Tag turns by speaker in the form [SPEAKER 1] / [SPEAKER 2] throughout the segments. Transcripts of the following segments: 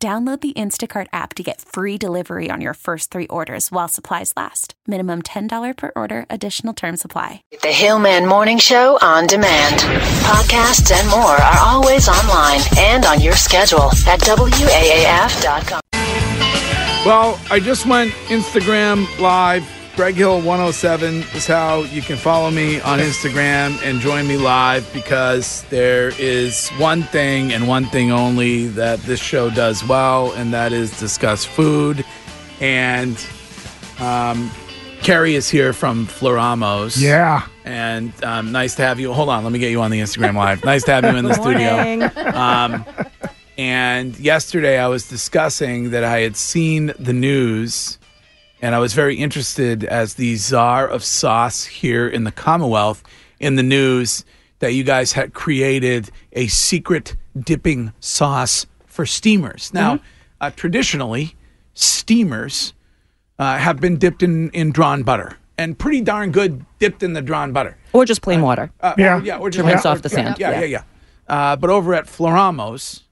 [SPEAKER 1] Download the Instacart app to get free delivery on your first three orders while supplies last. Minimum $10 per order, additional term supply.
[SPEAKER 2] The Hillman Morning Show on demand. Podcasts and more are always online and on your schedule at WAAF.com.
[SPEAKER 3] Well, I just went Instagram live. Greg Hill 107 is how you can follow me on Instagram and join me live because there is one thing and one thing only that this show does well, and that is discuss food. And um, Carrie is here from Floramos.
[SPEAKER 4] Yeah.
[SPEAKER 3] And um, nice to have you. Hold on, let me get you on the Instagram live. nice to have you in the studio. Um, and yesterday I was discussing that I had seen the news and I was very interested as the czar of sauce here in the Commonwealth in the news that you guys had created a secret dipping sauce for steamers. Now, uh, traditionally, steamers uh, have been dipped in, in drawn butter and pretty darn good dipped in the drawn butter.
[SPEAKER 5] Or just plain water.
[SPEAKER 3] Uh,
[SPEAKER 4] Yeah.
[SPEAKER 3] Or, yeah. Or just
[SPEAKER 5] To rinse
[SPEAKER 3] yeah,
[SPEAKER 5] off the
[SPEAKER 3] yeah,
[SPEAKER 5] sand.
[SPEAKER 3] Yeah, yeah,
[SPEAKER 5] Yeah.
[SPEAKER 3] yeah. Uh, but over at Floramos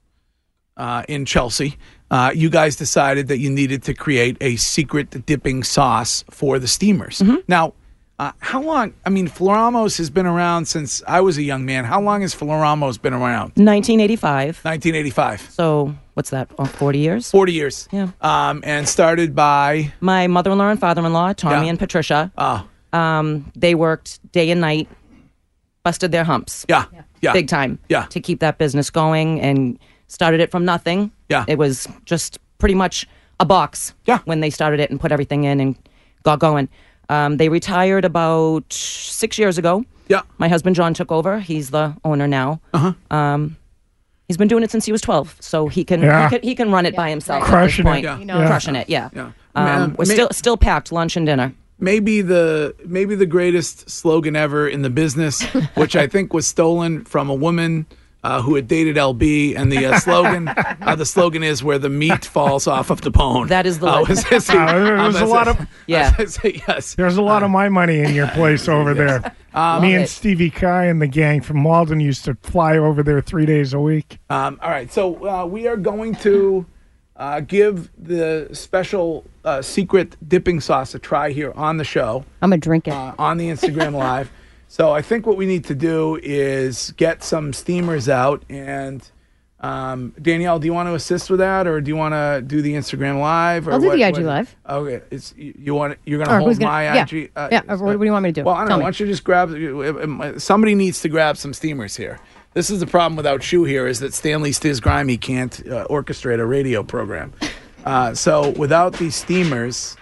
[SPEAKER 3] uh, in Chelsea, uh, you guys decided that you needed to create a secret dipping sauce for the steamers.
[SPEAKER 5] Mm-hmm.
[SPEAKER 3] Now, uh, how long? I mean, Floramos has been around since I was a young man. How long has Floramos been around?
[SPEAKER 5] 1985.
[SPEAKER 3] 1985.
[SPEAKER 5] So what's that? Oh, 40 years.
[SPEAKER 3] 40 years.
[SPEAKER 5] Yeah.
[SPEAKER 3] Um, and started by,
[SPEAKER 5] My mother-in-law and father-in-law, Tommy
[SPEAKER 3] Yeah.
[SPEAKER 5] and Patricia,
[SPEAKER 3] oh,
[SPEAKER 5] um, they worked day and night, busted their humps,
[SPEAKER 3] yeah, yeah.
[SPEAKER 5] big time,
[SPEAKER 3] Yeah.
[SPEAKER 5] to keep that business going, and started it from nothing.
[SPEAKER 3] Yeah.
[SPEAKER 5] it was just pretty much a box.
[SPEAKER 3] Yeah.
[SPEAKER 5] when they started it and put everything in and got going. Um, they retired about six years ago.
[SPEAKER 3] Yeah.
[SPEAKER 5] My husband John took over. He's the owner now. Uh-huh. Um, he's been doing it since he was 12, so he can
[SPEAKER 4] Yeah.
[SPEAKER 5] he can, he can run it by himself.
[SPEAKER 4] Crushing it.
[SPEAKER 5] at this point.
[SPEAKER 4] Yeah. You
[SPEAKER 6] know.
[SPEAKER 5] Crushing it. Yeah.
[SPEAKER 3] Yeah.
[SPEAKER 5] Um,
[SPEAKER 3] Ma-
[SPEAKER 5] we're
[SPEAKER 3] ma-
[SPEAKER 5] still still packed lunch and dinner.
[SPEAKER 3] maybe the maybe the greatest slogan ever in the business, which I think was stolen from a woman uh, who had dated LB, and the uh, slogan uh, the slogan is "Where the meat falls off of the bone."
[SPEAKER 5] That is the
[SPEAKER 3] Uh,
[SPEAKER 5] legend.
[SPEAKER 3] was this-
[SPEAKER 4] Uh, there was a
[SPEAKER 3] um,
[SPEAKER 4] lot of-
[SPEAKER 5] Yeah.
[SPEAKER 3] I say yes.
[SPEAKER 4] There's a lot of my money in your place over there. Me and
[SPEAKER 5] it.
[SPEAKER 4] Stevie Kai and the gang from Walden used to fly over there three days a week.
[SPEAKER 3] Um, all right, so uh, we are going to uh, give the special uh, secret dipping sauce a try here on the show.
[SPEAKER 6] I'm gonna drink it.
[SPEAKER 3] uh, on the Instagram Live. So I think what we need to do is get some steamers out. And um, Danielle, do you want to assist with that, or do you want to do the Instagram Live? Or
[SPEAKER 6] I'll do the
[SPEAKER 3] what- what-
[SPEAKER 6] IG Live.
[SPEAKER 3] Okay, it's you, you want you're going
[SPEAKER 6] Or
[SPEAKER 3] to
[SPEAKER 6] who's
[SPEAKER 3] hold
[SPEAKER 6] gonna-
[SPEAKER 3] my
[SPEAKER 6] yeah.
[SPEAKER 3] IG.
[SPEAKER 6] Yeah, or what do you want me to do?
[SPEAKER 3] Well, I don't
[SPEAKER 6] Tell
[SPEAKER 3] know.
[SPEAKER 6] me.
[SPEAKER 3] Why don't you just grab? Somebody needs to grab some steamers here. This is the problem without Shoe here is that Stanley Stiz Grimy can't uh, orchestrate a radio program. Uh, so without these steamers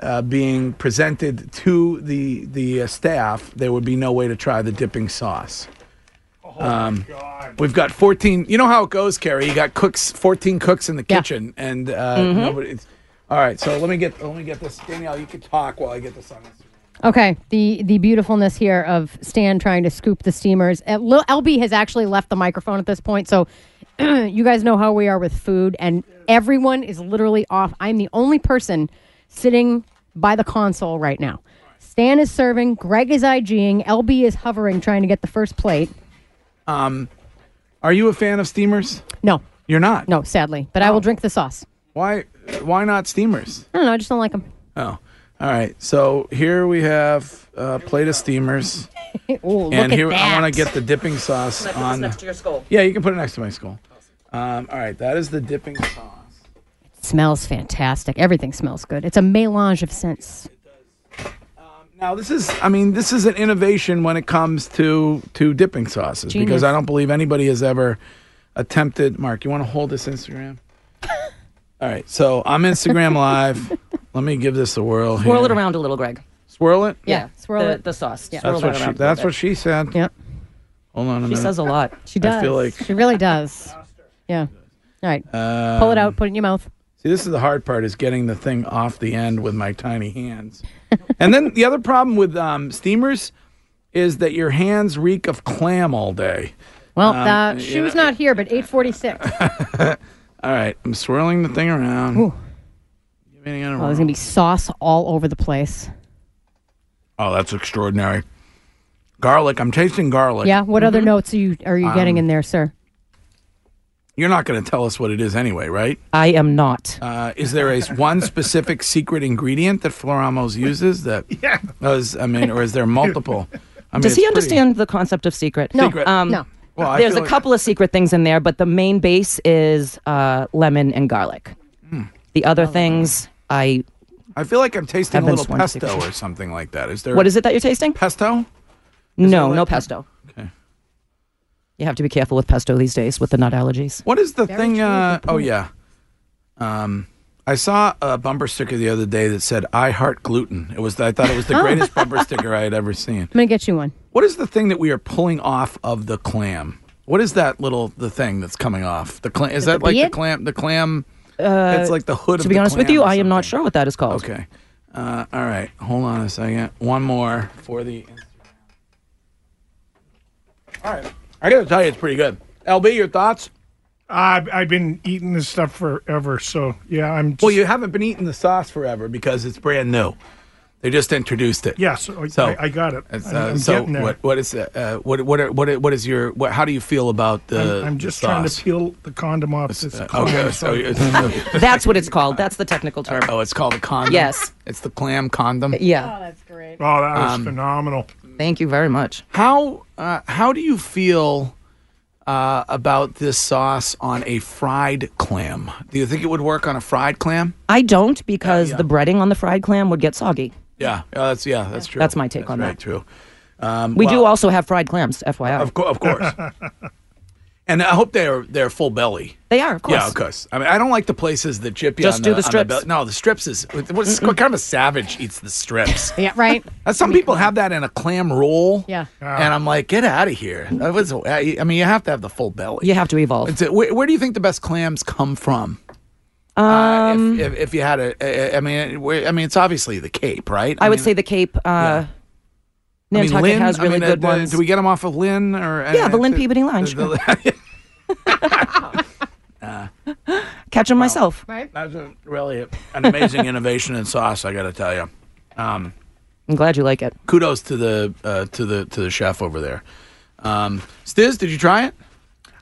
[SPEAKER 3] uh, being presented to the the uh, staff, there would be no way to try the dipping sauce. Oh, Um, We've got 14. You know how it goes, Carrie. You got cooks, 14 cooks in the
[SPEAKER 6] Yeah. Mm-hmm.
[SPEAKER 3] kitchen, and uh, nobody. It's, all right, so let me get let me get this. Danielle, you can talk while I get this on. Instagram.
[SPEAKER 6] Okay, the the beautifulness here of Stan trying to scoop the steamers. Uh, Lil LB has actually left the microphone at this point, so you guys know how we are with food, and everyone is literally off. I'm the only person sitting by the console right now. Stan is serving, Greg is IGing, LB is hovering trying to get the first plate.
[SPEAKER 3] Are you a fan of steamers?
[SPEAKER 6] No,
[SPEAKER 3] You're not.
[SPEAKER 6] no, sadly, but I will drink the sauce.
[SPEAKER 3] Why? Why not steamers?
[SPEAKER 6] I don't know, I just don't like them.
[SPEAKER 3] Oh, all right. So here we have a plate of steamers,
[SPEAKER 6] Oh, look
[SPEAKER 3] and
[SPEAKER 6] at
[SPEAKER 3] here I
[SPEAKER 6] that.
[SPEAKER 3] want to get the dipping sauce on. Yeah, you can put it next to my skull. Um, all right, that is the dipping sauce.
[SPEAKER 6] Smells fantastic. Everything smells good. It's a melange of scents.
[SPEAKER 3] Now this is, I mean, this is an innovation when it comes to to dipping sauces because
[SPEAKER 6] Genius.
[SPEAKER 3] I don't believe anybody has ever attempted. Mark, you want to hold this Instagram? All right, so I'm Instagram live. Let me give this a whirl.
[SPEAKER 5] Swirl it
[SPEAKER 3] here.
[SPEAKER 5] around a little, Greg.
[SPEAKER 3] Swirl it.
[SPEAKER 6] Yeah, swirl
[SPEAKER 5] the,
[SPEAKER 6] it.
[SPEAKER 5] The sauce. Yeah.
[SPEAKER 3] That's what she. That's what she said.
[SPEAKER 6] Yep.
[SPEAKER 3] Hold on a
[SPEAKER 5] she
[SPEAKER 3] minute.
[SPEAKER 5] says a lot.
[SPEAKER 6] She does.
[SPEAKER 3] I feel like-
[SPEAKER 6] she really does. Yeah. All right. Pull it out. Put it in your mouth.
[SPEAKER 3] See, this is the hard part is getting the thing off the end with my tiny hands. and then the other problem with um, steamers is that your hands reek of clam all day.
[SPEAKER 6] Well,
[SPEAKER 3] Um,
[SPEAKER 6] uh,
[SPEAKER 3] you
[SPEAKER 6] she was not here, but 846.
[SPEAKER 3] All right, I'm swirling the thing around. Give me another
[SPEAKER 6] Oh, there's
[SPEAKER 3] roll.
[SPEAKER 6] going to be sauce all over the place.
[SPEAKER 3] Oh, that's extraordinary. Garlic. I'm tasting garlic.
[SPEAKER 6] Yeah. What other notes are you are you getting in there, sir?
[SPEAKER 3] You're not going to tell us what it is anyway, right?
[SPEAKER 5] I am not.
[SPEAKER 3] Uh, is there a one specific secret ingredient that Floramos uses that? Yeah. I mean, or is there multiple? I mean,
[SPEAKER 5] Does he
[SPEAKER 3] it's pretty-
[SPEAKER 5] understand the concept of secret?
[SPEAKER 6] No.
[SPEAKER 3] Secret.
[SPEAKER 5] Um,
[SPEAKER 6] no.
[SPEAKER 3] Well, I
[SPEAKER 5] There's
[SPEAKER 3] feel
[SPEAKER 5] a
[SPEAKER 3] like-
[SPEAKER 5] couple of secret things in there, but the main base is uh, lemon and garlic.
[SPEAKER 3] Hmm.
[SPEAKER 5] The
[SPEAKER 6] Oh,
[SPEAKER 5] other things, I.
[SPEAKER 3] I feel like I'm tasting
[SPEAKER 5] I've
[SPEAKER 3] a
[SPEAKER 5] been
[SPEAKER 3] little
[SPEAKER 5] sworn to
[SPEAKER 3] pesto
[SPEAKER 5] secrecy.
[SPEAKER 3] or something like that. Is there?
[SPEAKER 5] What is it that you're tasting?
[SPEAKER 3] pesto?
[SPEAKER 5] no,
[SPEAKER 3] like-
[SPEAKER 5] no pesto.
[SPEAKER 3] Okay.
[SPEAKER 5] You have to be careful with pesto these days with the nut allergies.
[SPEAKER 3] What is the thing? Uh, oh yeah. Um, I saw a bumper sticker the other day that said "I heart gluten." It was I thought it was the greatest bumper sticker I had ever seen.
[SPEAKER 6] I'm going to get you one.
[SPEAKER 3] What is the thing that we are pulling off of the clam? What is that little the thing that's coming off the clam? Is that
[SPEAKER 6] the
[SPEAKER 3] like the
[SPEAKER 6] beard?
[SPEAKER 3] clam? The clam. Uh, it's like the hood.
[SPEAKER 5] To be honest with you, I am not sure what that is called.
[SPEAKER 3] Okay. Uh, all right. Hold on a second. One more for the. All right. I got to tell you, it's pretty good. LB, your thoughts?
[SPEAKER 4] I've, I've been eating this stuff forever, so yeah, I'm. Just,
[SPEAKER 3] Well, you haven't been eating the sauce forever because it's brand new. They just introduced it.
[SPEAKER 4] yeah, so, I-
[SPEAKER 3] So-
[SPEAKER 4] I, I got it.
[SPEAKER 3] It's,
[SPEAKER 4] I'm,
[SPEAKER 3] uh,
[SPEAKER 4] I'm
[SPEAKER 3] so
[SPEAKER 4] getting there.
[SPEAKER 3] what? What is? Uh, what? What? Are, what? are- What is your? What, how do you feel about the?
[SPEAKER 4] I'm, I'm just
[SPEAKER 3] the
[SPEAKER 4] trying
[SPEAKER 3] sauce?
[SPEAKER 4] to peel the condom off this.
[SPEAKER 3] Uh, okay. So it's,
[SPEAKER 5] That's what it's called. That's the technical term.
[SPEAKER 3] oh, it's called a condom.
[SPEAKER 5] Yes.
[SPEAKER 3] It's the clam condom.
[SPEAKER 5] Yeah.
[SPEAKER 4] Oh,
[SPEAKER 3] Um,
[SPEAKER 4] that was phenomenal.
[SPEAKER 5] Thank you very much.
[SPEAKER 3] How uh, how do you feel uh, about this sauce on a fried clam? Do you think it would work on a fried clam?
[SPEAKER 5] I don't because the breading on the fried clam would get soggy.
[SPEAKER 3] Yeah, uh, that's yeah, that's true.
[SPEAKER 5] That's my take on
[SPEAKER 3] very
[SPEAKER 5] that.
[SPEAKER 3] True.
[SPEAKER 5] We do
[SPEAKER 3] Wow.
[SPEAKER 5] also have fried clams, FYI.
[SPEAKER 3] Um, Of, co- of course. and I hope they're they're full belly.
[SPEAKER 5] they are, of course.
[SPEAKER 3] Yeah, of course. I mean, I don't like the places that jip you
[SPEAKER 5] Just
[SPEAKER 3] on
[SPEAKER 5] do
[SPEAKER 3] the,
[SPEAKER 5] the
[SPEAKER 3] on
[SPEAKER 5] strips.
[SPEAKER 3] bel- no, the strips is what, is- what kind of a savage eats the strips?
[SPEAKER 6] Yeah, right?
[SPEAKER 3] Uh, Some people have that in a clam roll.
[SPEAKER 6] Yeah.
[SPEAKER 3] And I'm like, get out of here. That was, I I mean, you have to have the full belly.
[SPEAKER 5] You have to evolve.
[SPEAKER 3] It's a, where, where do you think the best clams come from?
[SPEAKER 5] Uh,
[SPEAKER 3] Um, if, if, if you had a, I- I I mean, where, I mean, it's obviously the Cape, right?
[SPEAKER 5] I would
[SPEAKER 3] mean,
[SPEAKER 5] say the Cape. Uh,
[SPEAKER 3] I mean,
[SPEAKER 5] Nantucket
[SPEAKER 3] Lynn,
[SPEAKER 5] has
[SPEAKER 3] I
[SPEAKER 5] really
[SPEAKER 3] mean, uh,
[SPEAKER 5] good
[SPEAKER 3] the-
[SPEAKER 5] ones.
[SPEAKER 3] Do we get them off of Lynn or?
[SPEAKER 5] Yeah,
[SPEAKER 3] uh,
[SPEAKER 5] the Lynn
[SPEAKER 3] the-
[SPEAKER 5] Peabody line,
[SPEAKER 3] the-
[SPEAKER 5] sure.
[SPEAKER 3] the-
[SPEAKER 5] Catch them myself.
[SPEAKER 6] Right?
[SPEAKER 3] That's a, really an amazing innovation in sauce. I got to tell you,
[SPEAKER 5] I'm glad you like it.
[SPEAKER 3] kudos to the uh, to the to the chef over there. Um, Stiz, did you try it?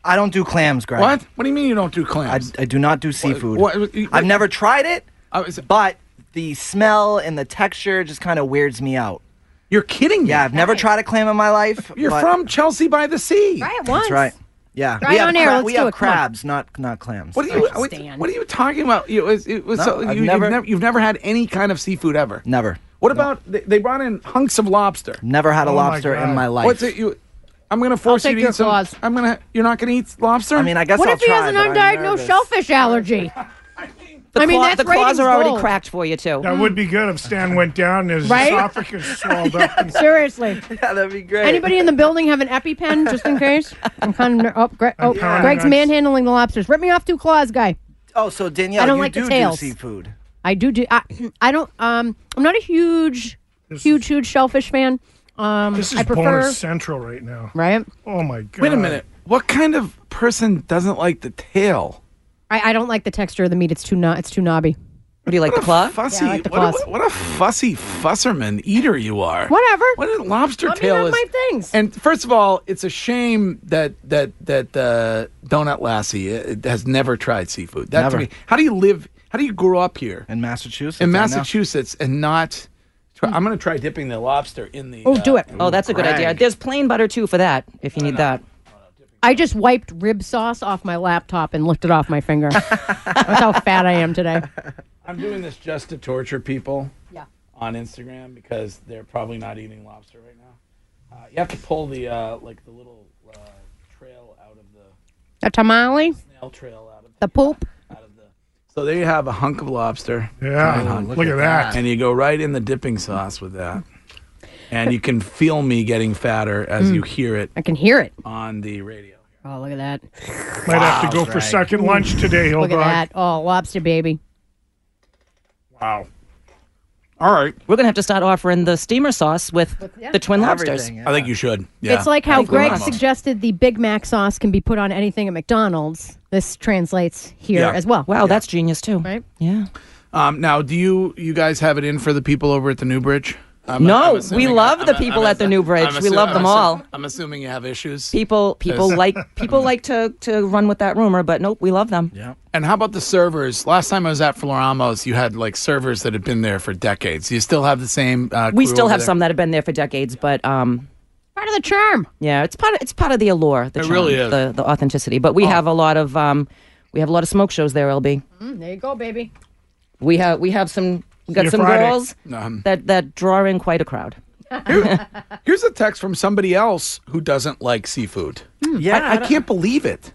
[SPEAKER 7] I don't do clams, Greg.
[SPEAKER 3] What? What do you mean you don't do
[SPEAKER 7] I,
[SPEAKER 3] clams?
[SPEAKER 7] I do not do seafood.
[SPEAKER 3] what- what- Oh,
[SPEAKER 7] I've never tried it,
[SPEAKER 3] I was-
[SPEAKER 7] but the smell and the texture just kind of weirds me out.
[SPEAKER 3] You're kidding me.
[SPEAKER 7] Yeah, I've never tried a clam in my life.
[SPEAKER 3] You're
[SPEAKER 7] but-
[SPEAKER 3] from Chelsea by the Sea.
[SPEAKER 6] Try it once.
[SPEAKER 7] That's right. Yeah.
[SPEAKER 6] Try
[SPEAKER 7] we
[SPEAKER 6] it
[SPEAKER 7] have
[SPEAKER 6] on air,
[SPEAKER 7] cra-
[SPEAKER 6] let's
[SPEAKER 7] we
[SPEAKER 6] do
[SPEAKER 7] have
[SPEAKER 6] it, come on.
[SPEAKER 7] crabs, not not clams.
[SPEAKER 3] What are you? What,
[SPEAKER 6] Stan.
[SPEAKER 3] what are you talking about? You, it was, it was
[SPEAKER 7] No,
[SPEAKER 3] so, you,
[SPEAKER 7] I've
[SPEAKER 3] have never,
[SPEAKER 7] never-
[SPEAKER 3] you've never had any kind of seafood ever.
[SPEAKER 7] Never.
[SPEAKER 3] What about they, they brought in hunks of lobster?
[SPEAKER 7] Never had a
[SPEAKER 4] Oh my
[SPEAKER 7] lobster in
[SPEAKER 4] God.
[SPEAKER 7] my life.
[SPEAKER 3] What's it? You, I'm gonna force
[SPEAKER 6] I'll
[SPEAKER 3] you
[SPEAKER 6] take
[SPEAKER 3] to
[SPEAKER 6] your
[SPEAKER 3] eat some.
[SPEAKER 6] claws.
[SPEAKER 3] I'm gonna. You're not gonna eat lobster.
[SPEAKER 7] I mean, I guess
[SPEAKER 6] What
[SPEAKER 7] I'll
[SPEAKER 6] if he
[SPEAKER 7] try,
[SPEAKER 6] has an
[SPEAKER 7] but I'm
[SPEAKER 6] undiagnosed
[SPEAKER 7] nervous.
[SPEAKER 6] shellfish allergy?
[SPEAKER 5] The,
[SPEAKER 6] I mean,
[SPEAKER 5] claw-
[SPEAKER 6] that's
[SPEAKER 5] the claws
[SPEAKER 6] ratings
[SPEAKER 5] are already
[SPEAKER 6] gold.
[SPEAKER 5] cracked for you, too.
[SPEAKER 4] That would be good if Stan went down and his
[SPEAKER 6] Right?
[SPEAKER 4] esophagus swelled up. And,
[SPEAKER 6] Seriously.
[SPEAKER 7] Yeah, that'd be great.
[SPEAKER 6] Anybody in the building have an EpiPen just in case? I'm kind of. Ner- oh, Gre- oh
[SPEAKER 4] kinda
[SPEAKER 6] Greg's
[SPEAKER 4] nervous.
[SPEAKER 6] manhandling the lobsters. Rip me off two claws, guy.
[SPEAKER 7] Oh, so Danielle,
[SPEAKER 6] I don't
[SPEAKER 7] you
[SPEAKER 6] like the
[SPEAKER 7] do
[SPEAKER 6] tails.
[SPEAKER 7] do seafood.
[SPEAKER 6] I do do. I, I don't. Um, I'm not a huge, huge, huge shellfish fan. Um,
[SPEAKER 4] this is
[SPEAKER 6] I prefer.
[SPEAKER 4] bonus central right now.
[SPEAKER 6] Right.
[SPEAKER 4] Oh my god!
[SPEAKER 3] wait a minute. What kind of person doesn't like the tail?
[SPEAKER 6] I, I don't like the texture of the meat. It's too no, It's too knobby.
[SPEAKER 5] What do you like, the claw?
[SPEAKER 3] Fussy.
[SPEAKER 6] Yeah, I like the
[SPEAKER 3] what,
[SPEAKER 6] claws.
[SPEAKER 3] a, what a fussy fusserman eater you are.
[SPEAKER 6] Whatever.
[SPEAKER 3] What a lobster
[SPEAKER 6] Let me
[SPEAKER 3] tail
[SPEAKER 6] have
[SPEAKER 3] is.
[SPEAKER 6] my things.
[SPEAKER 3] And first of all, it's a shame that that that uh, Donut Lassie uh, has never tried seafood. That to
[SPEAKER 7] Never.
[SPEAKER 3] me. How do you live? How do you grow up here
[SPEAKER 7] In Massachusetts.
[SPEAKER 3] in
[SPEAKER 7] I know.
[SPEAKER 3] Massachusetts and not? Try, I'm going to try dipping the lobster in the.
[SPEAKER 6] Mm.
[SPEAKER 3] uh,
[SPEAKER 6] Oh, do it.
[SPEAKER 5] Oh, that's a good idea.
[SPEAKER 3] Greg.
[SPEAKER 5] There's plain butter, too, for that, if you need that.
[SPEAKER 6] I just wiped rib sauce off my laptop and licked it off my finger. That's how fat I am today.
[SPEAKER 3] I'm doing this just to torture people
[SPEAKER 6] Yeah.
[SPEAKER 3] on Instagram because they're probably not eating lobster right now. Uh, you have to pull the uh, like the little uh, trail out of the
[SPEAKER 6] The tamale,
[SPEAKER 3] nail trail out of
[SPEAKER 6] the poop.
[SPEAKER 3] out of the. So there you have a hunk of lobster,
[SPEAKER 4] Yeah, look, at that.
[SPEAKER 3] and you go right in the dipping sauce with that, and you can feel me getting fatter as
[SPEAKER 5] Mm.
[SPEAKER 3] you hear it
[SPEAKER 6] I can hear it.
[SPEAKER 3] on the radio.
[SPEAKER 6] Oh, look at that.
[SPEAKER 4] Might have to go for second lunch today,
[SPEAKER 6] Look
[SPEAKER 4] Hildog.
[SPEAKER 6] at that. Oh, lobster baby.
[SPEAKER 4] Wow.
[SPEAKER 3] All right.
[SPEAKER 5] We're gonna have to start offering the steamer sauce with
[SPEAKER 6] yeah.
[SPEAKER 5] the twin lobsters.
[SPEAKER 7] Everything.
[SPEAKER 3] I think you should. Yeah.
[SPEAKER 6] It's like how
[SPEAKER 3] we
[SPEAKER 6] Greg
[SPEAKER 3] must.
[SPEAKER 6] suggested the Big Mac sauce can be put on anything at McDonald's. This translates here
[SPEAKER 3] Yeah.
[SPEAKER 6] as well.
[SPEAKER 5] Wow, that's genius too.
[SPEAKER 6] Right?
[SPEAKER 5] Yeah.
[SPEAKER 3] Um, now, do you you guys have it in for the people over at the New Bridge? I'm,
[SPEAKER 5] No, we
[SPEAKER 3] assuming-
[SPEAKER 5] love the
[SPEAKER 3] I'm-
[SPEAKER 5] people
[SPEAKER 3] I'm
[SPEAKER 5] at the New Bridge.
[SPEAKER 3] I'm
[SPEAKER 5] We love
[SPEAKER 3] I'm
[SPEAKER 5] them all.
[SPEAKER 3] I'm assuming you have issues.
[SPEAKER 5] People people
[SPEAKER 3] Yes.
[SPEAKER 5] like people like to to run with that rumor, but nope, we love them.
[SPEAKER 3] Yeah. And how about the servers? Last time I was at Flor Ramos, you had like servers that had been there for decades. You still have the same. Uh,
[SPEAKER 5] We
[SPEAKER 3] crew
[SPEAKER 5] still
[SPEAKER 3] over
[SPEAKER 5] have
[SPEAKER 3] there?
[SPEAKER 5] some that have been there for decades, but um
[SPEAKER 6] Part of the charm.
[SPEAKER 5] yeah, it's part of, it's part of the allure, the
[SPEAKER 3] It really
[SPEAKER 5] charm,
[SPEAKER 3] is. Oh.
[SPEAKER 5] the the authenticity. But we have a lot of um we have a lot of smoke shows there, LB.
[SPEAKER 6] Hmm, There you go, baby.
[SPEAKER 5] We have we have some we
[SPEAKER 4] you
[SPEAKER 5] got some
[SPEAKER 4] Friday.
[SPEAKER 5] girls
[SPEAKER 3] Um.
[SPEAKER 5] that that draw in quite a crowd.
[SPEAKER 3] Here's a text from somebody else who doesn't like seafood.
[SPEAKER 6] Hmm.
[SPEAKER 7] Yeah,
[SPEAKER 3] I, I
[SPEAKER 7] don't-
[SPEAKER 3] can't believe it.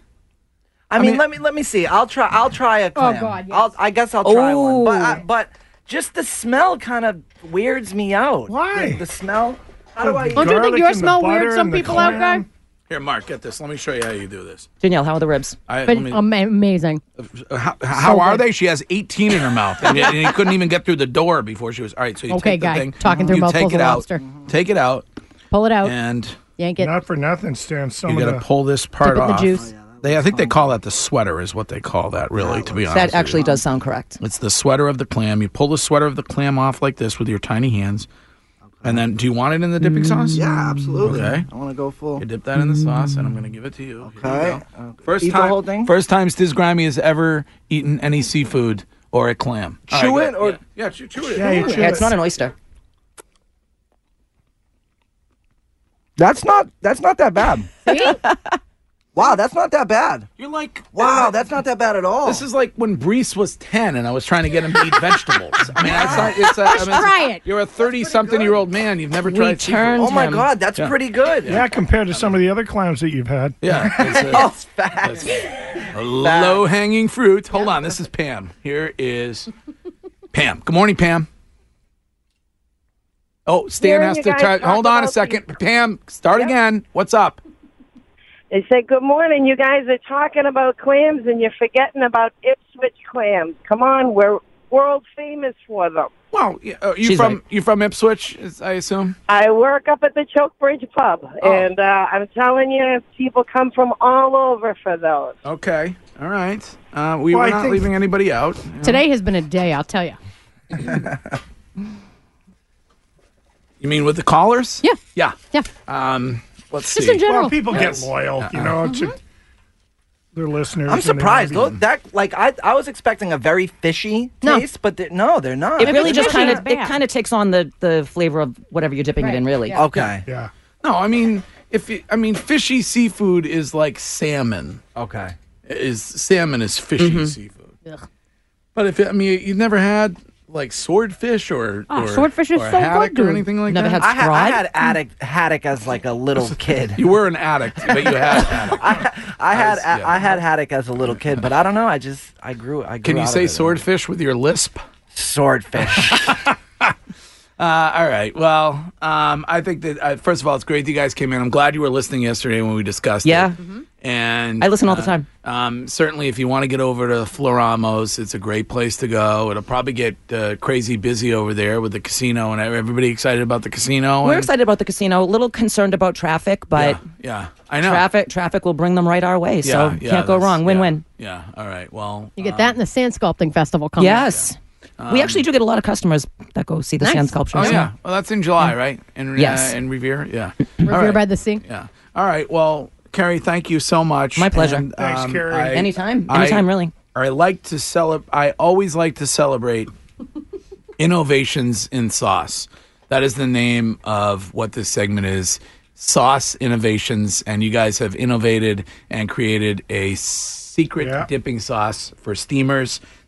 [SPEAKER 7] I mean, let me let me see. I'll try. I'll try a clam.
[SPEAKER 6] God, yes.
[SPEAKER 7] I'll, I guess I'll try one. But I,
[SPEAKER 5] Ooh.
[SPEAKER 7] but just the smell kind of weirds me out.
[SPEAKER 4] Why?
[SPEAKER 7] The, the smell. How do I?
[SPEAKER 6] Don't you think
[SPEAKER 4] Garlic and
[SPEAKER 6] yours
[SPEAKER 4] the
[SPEAKER 6] smell
[SPEAKER 4] butter
[SPEAKER 6] weird? Some
[SPEAKER 4] and the
[SPEAKER 6] people out
[SPEAKER 4] clam.
[SPEAKER 6] there.
[SPEAKER 3] Here, Mark, get this. Let me show you how you do this.
[SPEAKER 5] Danielle, how are the ribs?
[SPEAKER 3] I,
[SPEAKER 6] But um,
[SPEAKER 3] let me,
[SPEAKER 6] ama- amazing.
[SPEAKER 3] Uh, how how are they? She has 18 in her mouth, and, and he couldn't even get through the door before she was. All right, so you
[SPEAKER 6] Okay,
[SPEAKER 3] take the
[SPEAKER 6] guy,
[SPEAKER 3] thing,
[SPEAKER 6] talking through
[SPEAKER 3] you
[SPEAKER 6] mouthfuls
[SPEAKER 3] take it
[SPEAKER 6] of
[SPEAKER 3] out, Mm-hmm.
[SPEAKER 6] lobster.
[SPEAKER 3] take it out,
[SPEAKER 6] Pull it out,
[SPEAKER 3] and
[SPEAKER 6] yank it.
[SPEAKER 4] Not for nothing, Stan. Some
[SPEAKER 3] you
[SPEAKER 4] of
[SPEAKER 3] got
[SPEAKER 4] the
[SPEAKER 3] to pull this part
[SPEAKER 6] Dip it in the
[SPEAKER 3] off.
[SPEAKER 6] juice.
[SPEAKER 3] They, I think they call that the sweater, is what they call that. Really, to be honest,
[SPEAKER 5] That
[SPEAKER 3] with Oh, you.
[SPEAKER 5] actually does sound correct.
[SPEAKER 3] It's the sweater of the clam. You pull the sweater of the clam off like this with your tiny hands. And then, do you want it in the
[SPEAKER 6] Mm.
[SPEAKER 3] dipping sauce?
[SPEAKER 8] Yeah, absolutely.
[SPEAKER 3] Okay.
[SPEAKER 8] I want to go full.
[SPEAKER 3] You dip that in the sauce, and I'm going to give it to you. Here you
[SPEAKER 8] Okay.
[SPEAKER 3] go. First
[SPEAKER 7] Eat the
[SPEAKER 3] time,
[SPEAKER 7] whole thing?
[SPEAKER 3] First time Stiz Grimy has ever eaten any seafood or a clam.
[SPEAKER 7] Chew it
[SPEAKER 3] good.
[SPEAKER 7] or-
[SPEAKER 3] yeah, yeah chew, chew it.
[SPEAKER 4] Yeah, you chew
[SPEAKER 5] Yeah, it's
[SPEAKER 4] it.
[SPEAKER 5] not an oyster.
[SPEAKER 7] That's not. That's not that bad.
[SPEAKER 8] Wow, that's not that bad.
[SPEAKER 3] You're like
[SPEAKER 8] Wow, that's not that bad at all.
[SPEAKER 3] This is like when Brees was ten, and I was trying to get him to eat vegetables. I mean, that's not. It's a, I mean, it's a-
[SPEAKER 6] try it.
[SPEAKER 3] You're a thirty-something-year-old man. You've never tried. seafood.
[SPEAKER 5] turned-
[SPEAKER 7] oh my
[SPEAKER 5] Tim.
[SPEAKER 7] god, that's pretty good.
[SPEAKER 4] yeah, compared to some of the other clams that you've had.
[SPEAKER 3] Yeah, it's a-
[SPEAKER 7] That's fast.
[SPEAKER 3] Low hanging fruit. Hold on, this is Pam. Here is Pam. Good morning, Pam. Oh, Stan
[SPEAKER 9] Hearing
[SPEAKER 3] has
[SPEAKER 9] you
[SPEAKER 3] to
[SPEAKER 9] guys
[SPEAKER 3] try.
[SPEAKER 9] talk
[SPEAKER 3] Hold on a
[SPEAKER 9] about
[SPEAKER 3] second. Pam, start again. What's up?
[SPEAKER 9] They say, Good morning. You guys are talking about clams and you're forgetting about Ipswich clams. Come on, we're world famous for them.
[SPEAKER 3] Wow, y- uh, you
[SPEAKER 5] She's
[SPEAKER 3] from
[SPEAKER 5] right.
[SPEAKER 3] you from Ipswich, is- I assume.
[SPEAKER 9] I work up at the Choke Bridge Pub, and uh, I'm telling you, people come from all over for those.
[SPEAKER 3] Okay, all right. Uh, we
[SPEAKER 4] Well,
[SPEAKER 3] were
[SPEAKER 4] I
[SPEAKER 3] not
[SPEAKER 4] think-
[SPEAKER 3] leaving anybody out.
[SPEAKER 6] Today has been a day, I'll tell you.
[SPEAKER 3] You mean with the callers?
[SPEAKER 6] Yeah.
[SPEAKER 3] yeah.
[SPEAKER 6] Yeah,
[SPEAKER 3] Um, let's
[SPEAKER 6] just
[SPEAKER 3] see.
[SPEAKER 6] in general.
[SPEAKER 4] Well, people get loyal, you know, to their listeners.
[SPEAKER 7] I'm
[SPEAKER 4] and they wanna
[SPEAKER 7] surprised.
[SPEAKER 4] be-
[SPEAKER 7] Look, that like I I was expecting a very fishy
[SPEAKER 6] No.
[SPEAKER 7] taste, but they no, they're not.
[SPEAKER 5] It really just
[SPEAKER 6] fishing,
[SPEAKER 5] kind of
[SPEAKER 6] it's
[SPEAKER 5] it
[SPEAKER 6] bad.
[SPEAKER 5] kind of takes on the the flavor of whatever you're dipping it in. Really,
[SPEAKER 3] Oh,
[SPEAKER 7] Okay.
[SPEAKER 4] Yeah.
[SPEAKER 3] No, I mean if you, I mean fishy seafood is like salmon.
[SPEAKER 7] Okay.
[SPEAKER 3] is salmon is fishy seafood. But if I mean you've never had like swordfish or,
[SPEAKER 6] Oh,
[SPEAKER 3] or
[SPEAKER 6] swordfish is
[SPEAKER 3] or
[SPEAKER 6] so
[SPEAKER 3] haddock
[SPEAKER 6] good,
[SPEAKER 3] or
[SPEAKER 6] dude.
[SPEAKER 3] anything like
[SPEAKER 5] Never
[SPEAKER 3] that.
[SPEAKER 5] had-
[SPEAKER 7] I, ha- I
[SPEAKER 5] Rod?
[SPEAKER 7] had addict haddock as like a little kid.
[SPEAKER 3] you were an addict, but you had haddock.
[SPEAKER 7] I had
[SPEAKER 3] was- yeah.
[SPEAKER 7] I had haddock as a little kid, but I don't know. I just I grew. I grew
[SPEAKER 3] Can you
[SPEAKER 7] out of
[SPEAKER 3] say
[SPEAKER 7] it.
[SPEAKER 3] swordfish with your lisp?
[SPEAKER 7] Swordfish.
[SPEAKER 3] Uh, all right. Well, um, I think that uh, first of all, it's great you guys came in. I'm glad you were listening yesterday when we discussed. it.
[SPEAKER 5] Yeah.
[SPEAKER 3] Mm-hmm. and
[SPEAKER 5] I listen all the
[SPEAKER 3] uh,
[SPEAKER 5] time.
[SPEAKER 3] Um, certainly, if you want to get over to Floramos, it's a great place to go. It'll probably get uh, crazy busy over there with the casino and everybody excited about the casino.
[SPEAKER 5] we're
[SPEAKER 3] and-
[SPEAKER 5] excited about the casino. A little concerned about traffic, but
[SPEAKER 3] Yeah, yeah, I know.
[SPEAKER 5] traffic traffic will bring them right our way. So
[SPEAKER 3] yeah,
[SPEAKER 5] can't go
[SPEAKER 3] that's-
[SPEAKER 5] wrong. Win win.
[SPEAKER 3] Yeah. yeah. All right. Well,
[SPEAKER 6] You get that in the sand sculpting festival coming. up.
[SPEAKER 5] Yes, we actually do get a lot of customers that go see the
[SPEAKER 6] Nice.
[SPEAKER 5] sand sculptures.
[SPEAKER 3] Um, Oh yeah. Well, that's in July, right? In
[SPEAKER 5] Yes.
[SPEAKER 3] Uh, in Revere. Yeah.
[SPEAKER 6] Revere by the Sea.
[SPEAKER 3] Yeah. All right. Well, Carrie, thank you so much. um,
[SPEAKER 5] My pleasure.
[SPEAKER 4] Thanks, Carrie.
[SPEAKER 5] Anytime.
[SPEAKER 3] I-
[SPEAKER 5] Anytime, really.
[SPEAKER 3] I like to celebrate. I always like to celebrate innovations in sauce. That is the name of what this segment is. Sauce innovations, and you guys have innovated and created a secret
[SPEAKER 4] Yeah.
[SPEAKER 3] dipping sauce for steamers.